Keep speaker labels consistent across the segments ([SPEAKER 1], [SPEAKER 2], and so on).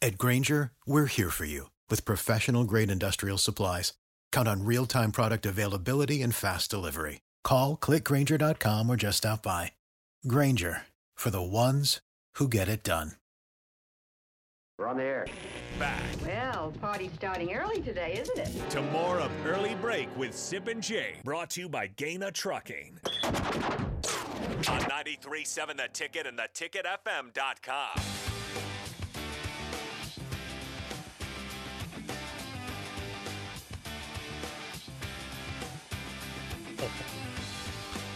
[SPEAKER 1] At Granger, we're here for you with professional grade industrial supplies. Count on real time product availability and fast delivery. Call clickgranger.com or just stop by. Granger for the ones who get it done.
[SPEAKER 2] We're on the air.
[SPEAKER 3] Back
[SPEAKER 4] Well, party's starting early today, isn't it?
[SPEAKER 3] to more of Early Break with Sip and Jay, brought to you by Gaina Trucking. On 93.7 The Ticket and theticketfm.com.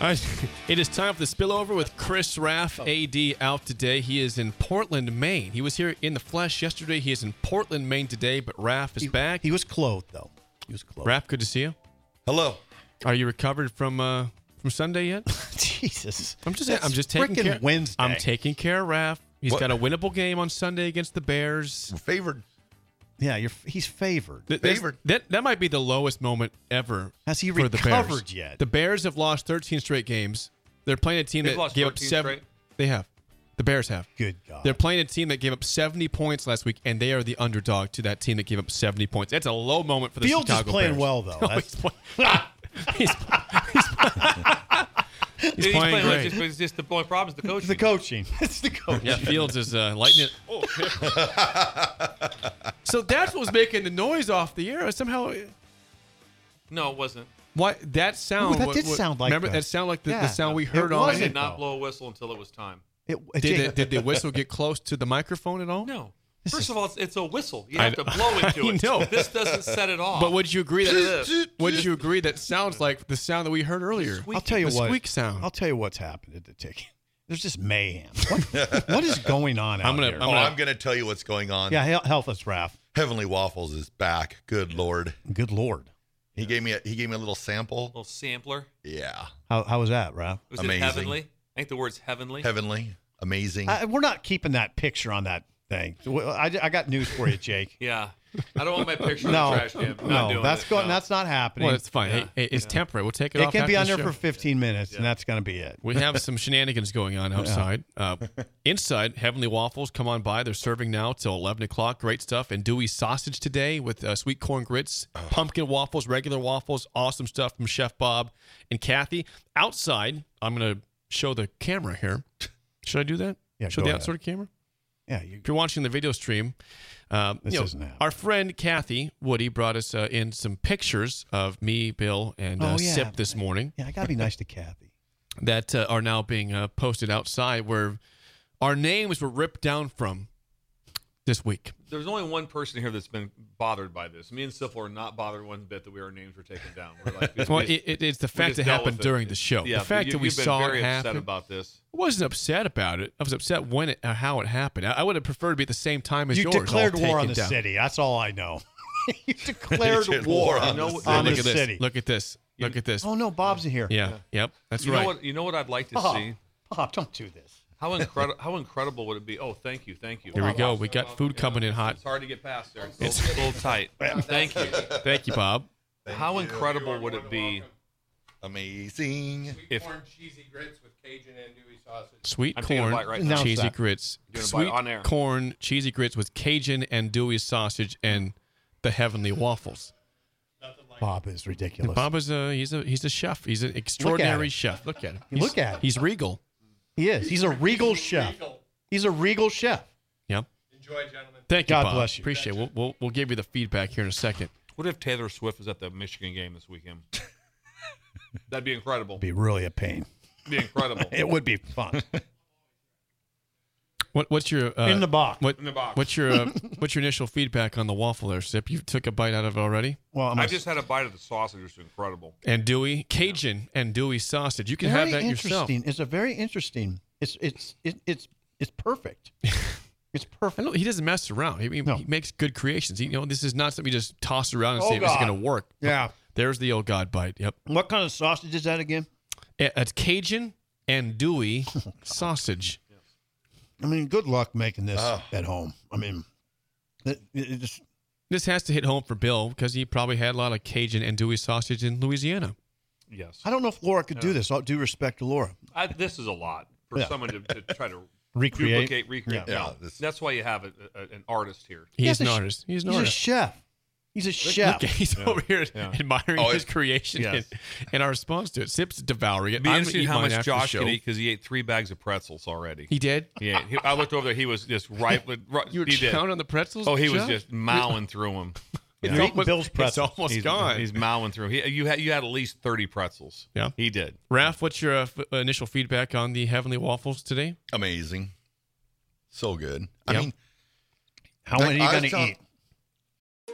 [SPEAKER 5] All right, it is time for the spillover with Chris Raff,
[SPEAKER 6] Oh.
[SPEAKER 5] AD, out today. He is in Portland, Maine. He was here in the flesh yesterday. He is in Portland, Maine today, but Raff is back.
[SPEAKER 6] He was clothed though. He was clothed.
[SPEAKER 5] Raff, good to see you.
[SPEAKER 7] Hello.
[SPEAKER 5] Are you recovered from uh, from Sunday yet?
[SPEAKER 6] Jesus.
[SPEAKER 5] I'm just
[SPEAKER 6] That's
[SPEAKER 5] I'm just taking
[SPEAKER 6] frickin'
[SPEAKER 5] care.
[SPEAKER 6] Wednesday.
[SPEAKER 5] I'm taking care of Raff. He's
[SPEAKER 7] What?
[SPEAKER 5] got a winnable game on Sunday against the Bears.
[SPEAKER 7] We're favored.
[SPEAKER 6] Yeah, you're, he's favored.
[SPEAKER 5] Th- this-
[SPEAKER 7] Favored.
[SPEAKER 5] That, that might be the lowest moment ever.
[SPEAKER 6] Has he
[SPEAKER 5] for the
[SPEAKER 6] recovered
[SPEAKER 5] Bears.
[SPEAKER 6] yet?
[SPEAKER 5] The Bears have lost 13 straight games. They're playing a team
[SPEAKER 7] They've
[SPEAKER 5] that
[SPEAKER 7] lost
[SPEAKER 5] gave up
[SPEAKER 7] 13
[SPEAKER 5] seven.
[SPEAKER 7] straight?
[SPEAKER 5] They have. The Bears have.
[SPEAKER 6] Good God.
[SPEAKER 5] They're playing a team that gave up 70 points last week, and they are the underdog to that team that gave up 70 points. That's a low moment for the
[SPEAKER 6] Fields
[SPEAKER 5] Chicago
[SPEAKER 6] is playing
[SPEAKER 5] Bears.
[SPEAKER 6] well though.
[SPEAKER 5] No,
[SPEAKER 6] That's-
[SPEAKER 5] he's, play- he's, he's, he's playing
[SPEAKER 8] well, it's
[SPEAKER 5] great.
[SPEAKER 8] just, it's just the only problem is the coach.
[SPEAKER 6] it's the coaching. It's the coaching.
[SPEAKER 5] Yeah, Fields is uh, lightning. Oh. so that's what was making the noise off the air. Somehow,
[SPEAKER 8] No, it wasn't.
[SPEAKER 5] why that sound?
[SPEAKER 6] Ooh, that
[SPEAKER 5] what-
[SPEAKER 6] did
[SPEAKER 5] what-
[SPEAKER 6] sound like
[SPEAKER 5] remember
[SPEAKER 6] that.
[SPEAKER 5] that sound like the,
[SPEAKER 6] Yeah.
[SPEAKER 5] the sound we
[SPEAKER 6] It
[SPEAKER 5] heard
[SPEAKER 8] I
[SPEAKER 5] on.
[SPEAKER 6] wasn't.
[SPEAKER 8] did
[SPEAKER 5] Did,
[SPEAKER 8] not
[SPEAKER 6] though.
[SPEAKER 8] blow a whistle until it was time.
[SPEAKER 6] It-
[SPEAKER 5] the, did the whistle get close to the microphone at all?
[SPEAKER 8] No. First of all, it's, it's a whistle. You
[SPEAKER 5] I
[SPEAKER 8] have to blow into
[SPEAKER 5] I
[SPEAKER 8] it.
[SPEAKER 5] know.
[SPEAKER 8] This doesn't set it off.
[SPEAKER 5] But would you agree that
[SPEAKER 8] Ugh.
[SPEAKER 5] would you agree that sounds like the sound that we heard earlier?
[SPEAKER 6] I'll tell you
[SPEAKER 5] the
[SPEAKER 6] what.
[SPEAKER 5] squeak sound.
[SPEAKER 6] I'll tell you what's happened at the ticket. There's just mayhem. What, what is going on out
[SPEAKER 5] I'm gonna-
[SPEAKER 6] here?
[SPEAKER 5] I'm
[SPEAKER 7] oh,
[SPEAKER 5] gonna-
[SPEAKER 7] I'm going to tell you what's going on.
[SPEAKER 6] yeah, hel- help us, Ralph.
[SPEAKER 7] Heavenly Waffles is back. Good lord.
[SPEAKER 6] Good lord.
[SPEAKER 7] He gave me a he gave me a little sample.
[SPEAKER 8] little sampler.
[SPEAKER 7] Yeah.
[SPEAKER 6] How how was that, Ralph?
[SPEAKER 8] Was
[SPEAKER 7] Amazing.
[SPEAKER 8] it heavenly? I think the word's heavenly.
[SPEAKER 7] Heavenly. Amazing.
[SPEAKER 6] I, we're not keeping that picture on that thing. Well, I, I got news for you, Jake.
[SPEAKER 8] Yeah. I don't want my picture in
[SPEAKER 6] no,
[SPEAKER 8] the trash can. Not
[SPEAKER 6] no,
[SPEAKER 8] doing
[SPEAKER 6] that's
[SPEAKER 8] it.
[SPEAKER 6] going.
[SPEAKER 8] No.
[SPEAKER 6] That's not happening.
[SPEAKER 5] well, it's fine.
[SPEAKER 8] Yeah.
[SPEAKER 5] Hey, hey, it's temporary. We'll take it,
[SPEAKER 6] it
[SPEAKER 5] off.
[SPEAKER 6] can be on
[SPEAKER 5] after
[SPEAKER 6] there
[SPEAKER 5] the
[SPEAKER 6] for
[SPEAKER 5] show.
[SPEAKER 6] 15 minutes, and that's going to be it.
[SPEAKER 5] We have some shenanigans going on outside. Uh, inside, Heavenly Waffles, come on by. They're serving now till 11 o'clock. Great stuff. And Dewey Sausage today with uh, sweet corn grits,
[SPEAKER 8] Oh.
[SPEAKER 5] pumpkin waffles, regular waffles. Awesome stuff from Chef Bob and Kathy. Outside, I'm going to show the camera here. Should I do that?
[SPEAKER 6] Yeah,
[SPEAKER 5] Show
[SPEAKER 6] go
[SPEAKER 5] the
[SPEAKER 6] ahead.
[SPEAKER 5] outside camera?
[SPEAKER 6] Yeah, you,
[SPEAKER 5] If you're watching the video stream, um,
[SPEAKER 6] This
[SPEAKER 5] you know,
[SPEAKER 6] isn't happening.
[SPEAKER 5] our friend Kathy Woody brought us uh, in some pictures of me, Bill, and uh,
[SPEAKER 6] Oh, yeah.
[SPEAKER 5] Sip this morning
[SPEAKER 6] yeah, I got to be nice to Kathy.
[SPEAKER 5] that uh, are now being uh, posted outside where our names were ripped down from this week.
[SPEAKER 8] There's only one person here that's been bothered by this. Me and Syphil are not bothered one bit that we, our names were taken down. We're like,
[SPEAKER 5] Well, it, it, it's the
[SPEAKER 8] we
[SPEAKER 5] fact
[SPEAKER 8] just
[SPEAKER 5] that
[SPEAKER 8] dealt
[SPEAKER 5] happened
[SPEAKER 8] with it.
[SPEAKER 5] during the show.
[SPEAKER 8] Yeah,
[SPEAKER 5] the fact
[SPEAKER 8] you,
[SPEAKER 5] that we
[SPEAKER 8] you've been
[SPEAKER 5] saw
[SPEAKER 8] very
[SPEAKER 5] it happen.
[SPEAKER 8] upset about this.
[SPEAKER 5] I wasn't upset about it. I was upset when it, uh, how it happened. I, I would have preferred to be at the same time as
[SPEAKER 6] You
[SPEAKER 5] yours. all
[SPEAKER 6] declared war on
[SPEAKER 5] taken
[SPEAKER 6] the
[SPEAKER 5] down.
[SPEAKER 6] city. That's all I know. you declared
[SPEAKER 7] You did
[SPEAKER 6] war
[SPEAKER 7] war on
[SPEAKER 8] the
[SPEAKER 6] on
[SPEAKER 8] city.
[SPEAKER 5] Hey,
[SPEAKER 6] the
[SPEAKER 5] Oh, look at
[SPEAKER 6] city.
[SPEAKER 5] this. Look at this. Look at this.
[SPEAKER 6] Oh no, Bob's here.
[SPEAKER 5] yeah. Yep. That's
[SPEAKER 8] You
[SPEAKER 5] right.
[SPEAKER 8] know what? You know what I'd like to
[SPEAKER 6] Bob,
[SPEAKER 8] see.
[SPEAKER 6] Bob, don't do this.
[SPEAKER 8] How incredible! how incredible would it be? Oh, thank you, thank you.
[SPEAKER 5] Here we go. We got food coming in hot.
[SPEAKER 8] It's hard to get past there. It's a little tight. Thank you.
[SPEAKER 5] Thank you, Bob.
[SPEAKER 8] How incredible would it be
[SPEAKER 7] Amazing.
[SPEAKER 8] if
[SPEAKER 5] Sweet
[SPEAKER 8] I'm taking a
[SPEAKER 5] corn,
[SPEAKER 8] bite right
[SPEAKER 6] now. Announce
[SPEAKER 5] cheesy
[SPEAKER 6] that.
[SPEAKER 5] grits.
[SPEAKER 8] Doing a bite
[SPEAKER 5] Sweet
[SPEAKER 8] on air.
[SPEAKER 5] corn, cheesy grits with Cajun and Dewey sausage and the heavenly waffles.
[SPEAKER 6] Bob is ridiculous.
[SPEAKER 5] Bob is a he's a he's a chef. He's an extraordinary
[SPEAKER 6] him.
[SPEAKER 5] chef. Look at him.
[SPEAKER 6] You
[SPEAKER 5] He's-
[SPEAKER 6] look at him.
[SPEAKER 5] He's regal.
[SPEAKER 6] he is. He's a regal chef. He's a regal chef.
[SPEAKER 5] Yeah. Thank you,
[SPEAKER 6] God
[SPEAKER 5] Bob.
[SPEAKER 6] bless you.
[SPEAKER 5] Appreciate it. We'll, we'll we'll give you the feedback here in a second.
[SPEAKER 8] What if Taylor Swift is at the Michigan game this weekend? That'd be incredible.
[SPEAKER 6] Be really a pain.
[SPEAKER 8] be incredible.
[SPEAKER 6] It would be fun.
[SPEAKER 5] What what's your uh,
[SPEAKER 6] In the box.
[SPEAKER 5] What,
[SPEAKER 8] In the box.
[SPEAKER 5] What's your uh, what's your initial feedback on the waffle there, Sip? You took a bite out of it already.
[SPEAKER 6] Well, I'm
[SPEAKER 8] I
[SPEAKER 6] a-
[SPEAKER 8] just had a bite of the sausage. It's incredible.
[SPEAKER 5] And Dewey Cajun and Dewey sausage. You can have
[SPEAKER 6] very
[SPEAKER 5] that yourself.
[SPEAKER 6] interesting. It's a very interesting. It's it's it, it's it's perfect. it's
[SPEAKER 5] I
[SPEAKER 6] perfect.
[SPEAKER 5] know he doesn't mess around. He, he-
[SPEAKER 6] No.
[SPEAKER 5] he makes good creations. He, you know, this is not something you just toss around and
[SPEAKER 8] Oh,
[SPEAKER 5] say if it's
[SPEAKER 8] God.
[SPEAKER 5] going to work.
[SPEAKER 6] Yeah.
[SPEAKER 5] There's the old god bite. Yep.
[SPEAKER 6] What kind of sausage is that again?
[SPEAKER 5] A- It's Cajun and Dewey
[SPEAKER 6] Oh,
[SPEAKER 5] sausage.
[SPEAKER 6] I mean, good luck making this
[SPEAKER 7] Oh.
[SPEAKER 6] at home. I mean, it, it just,
[SPEAKER 5] This has to hit home for Bill because he probably had a lot of Cajun and Dewey sausage in Louisiana.
[SPEAKER 8] Yes.
[SPEAKER 6] I don't know if Laura could do this. All due respect to Laura.
[SPEAKER 8] I, this is a lot for
[SPEAKER 6] Yeah.
[SPEAKER 8] someone to, to try to
[SPEAKER 6] Recreate?
[SPEAKER 8] duplicate, recreate.
[SPEAKER 7] Yeah.
[SPEAKER 8] No.
[SPEAKER 7] Yeah, this-
[SPEAKER 8] That's why you have a, a, an artist here.
[SPEAKER 5] He
[SPEAKER 6] Yeah,
[SPEAKER 5] is
[SPEAKER 6] the
[SPEAKER 5] an
[SPEAKER 6] sh-
[SPEAKER 5] artist. He's an
[SPEAKER 6] He's a
[SPEAKER 5] artist.
[SPEAKER 6] chef. He's a chef.
[SPEAKER 5] Look, he's over here admiring
[SPEAKER 7] Oh,
[SPEAKER 5] his
[SPEAKER 7] it-
[SPEAKER 5] creation
[SPEAKER 6] Yes.
[SPEAKER 5] and, and our response to it. Sip's devouring it.
[SPEAKER 8] It'd be
[SPEAKER 5] I'm gonna
[SPEAKER 8] interesting
[SPEAKER 5] eat
[SPEAKER 8] how
[SPEAKER 5] mine
[SPEAKER 8] much
[SPEAKER 5] after the
[SPEAKER 8] Josh
[SPEAKER 5] show.
[SPEAKER 8] could eat because he ate three bags of pretzels already.
[SPEAKER 5] He did.
[SPEAKER 8] yeah, he- I looked over there. He was just right. right
[SPEAKER 5] You were
[SPEAKER 8] he did.
[SPEAKER 5] counting on the pretzels.
[SPEAKER 8] Oh, he was
[SPEAKER 5] Josh?
[SPEAKER 8] just mowing through them.
[SPEAKER 5] It's
[SPEAKER 6] You're eating Bill's
[SPEAKER 5] It's
[SPEAKER 6] pretzels.
[SPEAKER 5] almost
[SPEAKER 8] he's,
[SPEAKER 5] gone.
[SPEAKER 8] He's mowing through. He, you had you had at least thirty pretzels.
[SPEAKER 5] Yeah.
[SPEAKER 8] he did.
[SPEAKER 5] Raph, what's your uh, f- initial feedback on the heavenly waffles today?
[SPEAKER 7] Amazing. So good. I
[SPEAKER 5] Yep.
[SPEAKER 7] mean,
[SPEAKER 6] How
[SPEAKER 7] Like,
[SPEAKER 6] many
[SPEAKER 7] I
[SPEAKER 6] are you
[SPEAKER 7] was
[SPEAKER 6] gonna
[SPEAKER 7] telling-
[SPEAKER 6] eat?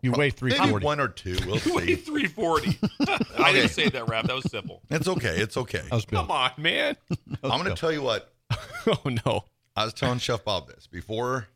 [SPEAKER 6] You weigh three
[SPEAKER 7] maybe
[SPEAKER 6] forty.
[SPEAKER 7] one or two. We'll see.
[SPEAKER 8] Three forty. I didn't say that, Rap. That was simple.
[SPEAKER 7] It's okay. It's okay.
[SPEAKER 6] How's Bill?
[SPEAKER 5] Come on, man.
[SPEAKER 7] I'm going to tell you what.
[SPEAKER 5] oh no.
[SPEAKER 7] I was telling Chef Bob this before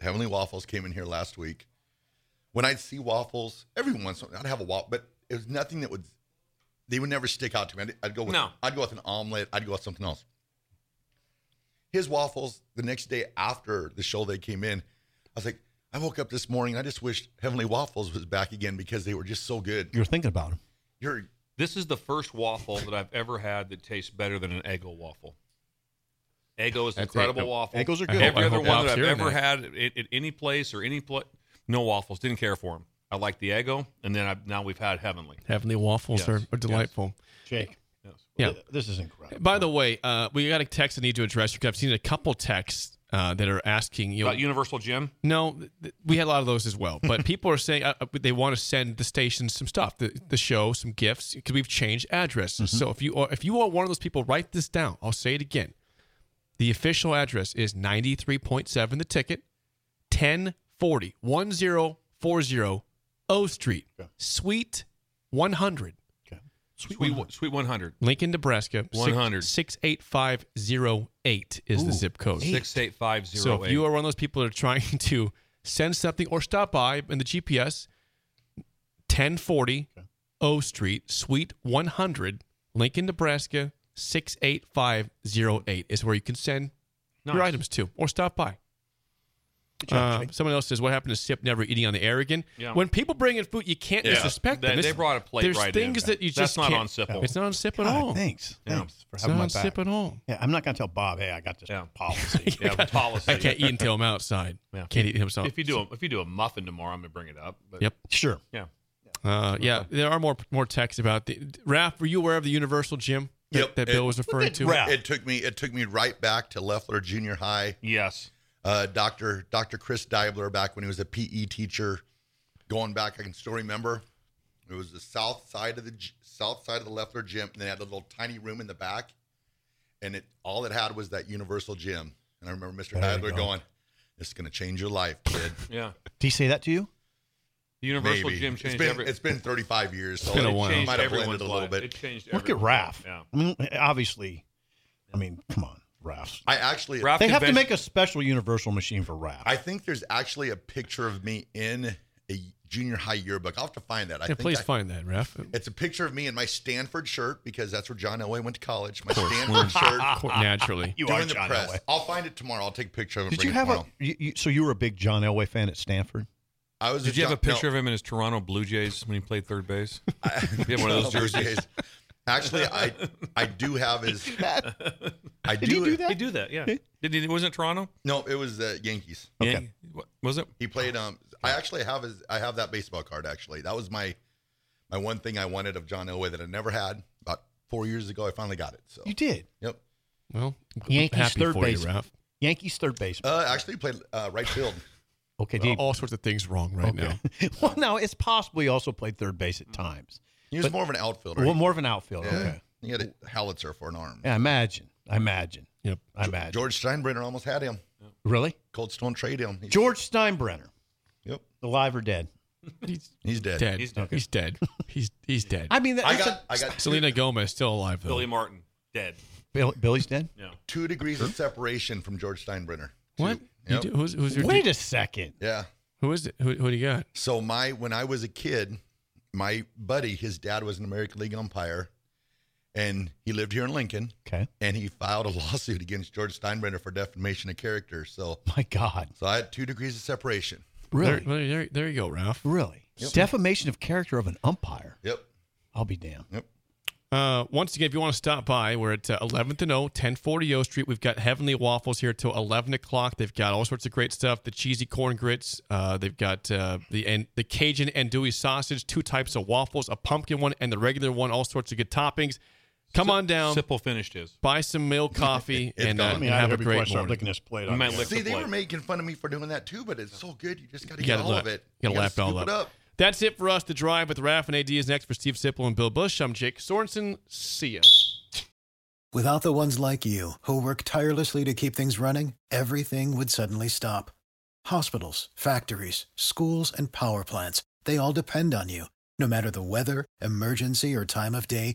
[SPEAKER 7] Heavenly Waffles came in here last week. When I'd see waffles, every once in a while, I'd have a waffle, but it was nothing that would, they would never stick out to me. I'd, I'd go with,
[SPEAKER 8] No.
[SPEAKER 7] I'd go with an omelet. I'd go with something else. His waffles the next day after the show they came in, I was like, I woke up this morning and I just wished Heavenly Waffles was back again because they were just so good.
[SPEAKER 6] You're thinking about him.
[SPEAKER 7] You're,
[SPEAKER 8] This is the first waffle that I've ever had that tastes better than an Eggo waffle. Eggo is an
[SPEAKER 5] That's
[SPEAKER 8] incredible
[SPEAKER 5] it. Oh,
[SPEAKER 8] waffle.
[SPEAKER 6] Eggos are
[SPEAKER 5] I hope-
[SPEAKER 6] good.
[SPEAKER 8] Every
[SPEAKER 5] I
[SPEAKER 8] other
[SPEAKER 5] hope
[SPEAKER 8] one
[SPEAKER 5] Alf's
[SPEAKER 8] that I've
[SPEAKER 5] hearing
[SPEAKER 8] ever
[SPEAKER 5] that.
[SPEAKER 8] had at, at any place or any place, no waffles. Didn't care for them. I like the Eggo, and then I, now we've had Heavenly.
[SPEAKER 5] Heavenly waffles
[SPEAKER 8] Yes,
[SPEAKER 5] are, are
[SPEAKER 8] yes.
[SPEAKER 5] delightful.
[SPEAKER 6] Jake.
[SPEAKER 5] Yeah.
[SPEAKER 6] This is incredible.
[SPEAKER 5] By the way, uh, we got a text I need to address because I've seen a couple texts uh, that are asking you. know-
[SPEAKER 8] About Universal Gym,
[SPEAKER 5] no, th- th- we had a lot of those as well. But people are saying uh, uh, they want to send the station some stuff, the, the show, some gifts because we've changed addresses. So if you are if you are one of those people, write this down. I'll say it again. The official address is ninety three point seven. The ticket, 1040, 1040 O Street, Suite one hundred.
[SPEAKER 8] Sweet Sweet One Hundred,
[SPEAKER 5] Lincoln, Nebraska. six-
[SPEAKER 8] 100.
[SPEAKER 5] 68508 is the zip code.
[SPEAKER 8] six eight five
[SPEAKER 5] so
[SPEAKER 8] zero
[SPEAKER 5] if
[SPEAKER 8] eight.
[SPEAKER 5] you are one of those people that are trying to send something or stop by in the GPS, 1040 O Street, Suite 100, Lincoln, Nebraska, 68508 is where you can send your
[SPEAKER 8] Nice.
[SPEAKER 5] items to or stop by. Uh, someone else says, "What happened to Sip never eating on the air again?"
[SPEAKER 8] Yeah.
[SPEAKER 5] When people bring in food, you can't
[SPEAKER 8] Yeah.
[SPEAKER 5] disrespect them.
[SPEAKER 8] They-
[SPEAKER 5] This-
[SPEAKER 8] they brought a plate
[SPEAKER 5] There's
[SPEAKER 8] right
[SPEAKER 5] things
[SPEAKER 8] in.
[SPEAKER 5] that you
[SPEAKER 8] That's
[SPEAKER 5] just
[SPEAKER 8] not
[SPEAKER 5] can't-
[SPEAKER 8] on Sip.
[SPEAKER 5] It's not on Sip at
[SPEAKER 6] God,
[SPEAKER 5] all.
[SPEAKER 6] Thanks.
[SPEAKER 8] Yeah.
[SPEAKER 6] Thanks for
[SPEAKER 5] It's
[SPEAKER 6] having
[SPEAKER 5] not
[SPEAKER 6] my
[SPEAKER 5] on
[SPEAKER 6] back.
[SPEAKER 5] Sip at all.
[SPEAKER 6] Yeah, I'm not gonna tell Bob. Hey, I got this
[SPEAKER 8] Yeah.
[SPEAKER 6] policy.
[SPEAKER 8] yeah, the policy.
[SPEAKER 5] I can't eat until I'm outside.
[SPEAKER 8] Yeah.
[SPEAKER 5] Can't eat himself.
[SPEAKER 8] If you do a, if you do a muffin tomorrow, I'm gonna bring it up. But
[SPEAKER 5] Yep.
[SPEAKER 6] Sure.
[SPEAKER 8] Yeah.
[SPEAKER 5] Uh, yeah, there are more more texts about the. Raph, were you aware of the Universal Gym that,
[SPEAKER 7] Yep,
[SPEAKER 5] that
[SPEAKER 7] it-
[SPEAKER 5] Bill was referring to?
[SPEAKER 6] Raph.
[SPEAKER 7] it took me, it took me right back to Leffler Junior High.
[SPEAKER 8] Yes.
[SPEAKER 7] uh, Dr. Dr. Chris Diabler back when he was a PE teacher. Going back, I can still remember. It was the south side of the g- south side of the Leffler gym, and they had a little tiny room in the back, and it all it had was that Universal gym. And I remember Mr.
[SPEAKER 6] There you
[SPEAKER 7] Diabler
[SPEAKER 6] go.
[SPEAKER 7] going, "This is going to change your life, kid."
[SPEAKER 8] Yeah.
[SPEAKER 6] Did he say that to you?
[SPEAKER 8] The Universal
[SPEAKER 7] Maybe
[SPEAKER 8] Gym
[SPEAKER 7] it's
[SPEAKER 8] changed
[SPEAKER 7] been
[SPEAKER 8] every.
[SPEAKER 7] it's been 35 years, so
[SPEAKER 5] been a
[SPEAKER 7] it
[SPEAKER 5] while.
[SPEAKER 8] Changed
[SPEAKER 7] might have
[SPEAKER 8] everyone's
[SPEAKER 7] blended a little
[SPEAKER 8] life. It
[SPEAKER 7] bit.
[SPEAKER 8] changed.
[SPEAKER 6] Look at
[SPEAKER 8] everyone's
[SPEAKER 6] Raph.
[SPEAKER 8] life. Yeah.
[SPEAKER 6] I mean, obviously, I mean, come on, Ralph's.
[SPEAKER 7] I actually
[SPEAKER 8] Raph
[SPEAKER 6] They have to make
[SPEAKER 8] convinced-
[SPEAKER 6] a special universal machine for Ralph.
[SPEAKER 7] I think there's actually a picture of me in a junior high yearbook. I'll have to find that. I
[SPEAKER 5] Yeah, please
[SPEAKER 7] I-
[SPEAKER 5] find that, Ref.
[SPEAKER 7] It's a picture of me in my Stanford shirt because that's where John Elway went to college. My
[SPEAKER 5] course.
[SPEAKER 7] Stanford shirt.
[SPEAKER 5] Of course, naturally.
[SPEAKER 6] You
[SPEAKER 7] During
[SPEAKER 6] are
[SPEAKER 7] the
[SPEAKER 6] John
[SPEAKER 7] press.
[SPEAKER 6] Elway.
[SPEAKER 7] I'll find it tomorrow. I'll take a picture of it. and
[SPEAKER 6] Did you
[SPEAKER 7] bring
[SPEAKER 6] have
[SPEAKER 7] it
[SPEAKER 6] a?
[SPEAKER 7] tomorrow.
[SPEAKER 6] You, you, so you were a big John Elway fan at Stanford.
[SPEAKER 7] I was.
[SPEAKER 8] Did you have a
[SPEAKER 7] John-
[SPEAKER 8] picture
[SPEAKER 7] no,
[SPEAKER 8] of him in his Toronto Blue Jays when he played third base? you have one of those
[SPEAKER 7] Blue
[SPEAKER 8] jerseys?
[SPEAKER 7] Jays. Actually, I I do have his. I do.
[SPEAKER 6] Did you do that?
[SPEAKER 8] They do that, yeah. Did he, wasn't it Toronto?
[SPEAKER 7] No, it was the Yankees.
[SPEAKER 6] Okay.
[SPEAKER 8] Yeah. What, was it?
[SPEAKER 7] He played. Um, I actually have his. I have that baseball card. Actually, that was my my one thing I wanted of John Elway that I never had. About four years ago, I finally got it. So
[SPEAKER 6] You did.
[SPEAKER 7] Yep.
[SPEAKER 5] Well,
[SPEAKER 6] Yankees
[SPEAKER 5] happy
[SPEAKER 6] third
[SPEAKER 5] for
[SPEAKER 6] base.
[SPEAKER 5] you, Ref.
[SPEAKER 6] Yankees third base.
[SPEAKER 7] Uh, actually, he played uh, right field.
[SPEAKER 6] Okay, Dave.
[SPEAKER 5] Uh, All sorts of things wrong right now.
[SPEAKER 6] okay. well, now it's possible he also played third base at times.
[SPEAKER 7] He was more of an outfielder.
[SPEAKER 6] Well, more of an outfielder.
[SPEAKER 7] Yeah.
[SPEAKER 6] Okay.
[SPEAKER 7] He had a howitzer for an arm.
[SPEAKER 6] Yeah, I imagine. I imagine.
[SPEAKER 5] Yep.
[SPEAKER 6] I imagine.
[SPEAKER 7] George Steinbrenner almost had him.
[SPEAKER 6] really?
[SPEAKER 7] Cold Stone trade him. He's-
[SPEAKER 6] George Steinbrenner,
[SPEAKER 7] Yep.
[SPEAKER 6] alive or dead?
[SPEAKER 7] He's dead.
[SPEAKER 5] Dead. He's
[SPEAKER 8] He's dead.
[SPEAKER 5] dead. He's dead. He's he's dead.
[SPEAKER 6] I mean, that,
[SPEAKER 7] I
[SPEAKER 6] that's
[SPEAKER 7] got. I got. two-
[SPEAKER 5] Selena Gomez still alive though.
[SPEAKER 8] Billy Martin, dead.
[SPEAKER 6] a- Bill, Billy's dead.
[SPEAKER 8] No.
[SPEAKER 7] two degrees of separation from George Steinbrenner.
[SPEAKER 5] what?
[SPEAKER 7] Two.
[SPEAKER 5] You
[SPEAKER 7] Yep.
[SPEAKER 5] do- who's who's your
[SPEAKER 6] Wait a second.
[SPEAKER 7] Yeah.
[SPEAKER 5] who is it? Who, who do you got?
[SPEAKER 7] So my when I was a kid, my buddy, his dad was an American League umpire, and he lived here in Lincoln,
[SPEAKER 6] Okay.
[SPEAKER 7] and he filed a lawsuit against George Steinbrenner for defamation of character. So,
[SPEAKER 6] My God.
[SPEAKER 7] so I had two degrees of separation.
[SPEAKER 6] Really?
[SPEAKER 5] There, well, there, there you go, Ralph.
[SPEAKER 6] Really? Defamation of character of an umpire.
[SPEAKER 7] Yep.
[SPEAKER 6] I'll be damned.
[SPEAKER 5] Uh, once again, if you want to stop by, we're at uh, 11th and O, 1040 O Street. We've got Heavenly Waffles here till 11 o'clock. They've got all sorts of great stuff the cheesy corn grits. Uh, they've got uh, the and the Cajun andouille sausage, two types of waffles, a pumpkin one and the regular one, all sorts of good toppings. Come on down,
[SPEAKER 8] Sipple finished his.
[SPEAKER 5] buy some meal coffee,
[SPEAKER 7] It's
[SPEAKER 5] and,
[SPEAKER 7] gone.
[SPEAKER 5] uh,
[SPEAKER 7] I
[SPEAKER 5] and have a great
[SPEAKER 6] start
[SPEAKER 5] morning.
[SPEAKER 6] licking this plate.
[SPEAKER 8] You might
[SPEAKER 6] yeah.
[SPEAKER 8] lick
[SPEAKER 7] See,
[SPEAKER 8] the
[SPEAKER 7] they
[SPEAKER 8] plate.
[SPEAKER 7] were making fun of me for doing that too, but it's so good. You just got to
[SPEAKER 5] You
[SPEAKER 7] get
[SPEAKER 5] gotta
[SPEAKER 7] all
[SPEAKER 5] lap,
[SPEAKER 7] of it.
[SPEAKER 5] You gotta lap it all
[SPEAKER 7] scoop
[SPEAKER 5] up.
[SPEAKER 7] it up.
[SPEAKER 5] That's it for us. The drive with Raf and AD is next for Steve Sipple and Bill Bush. I'm Jake Sorensen. See ya.
[SPEAKER 1] Without the ones like you, who work tirelessly to keep things running, everything would suddenly stop. Hospitals, factories, schools, and power plants, they all depend on you. No matter the weather, emergency, or time of day,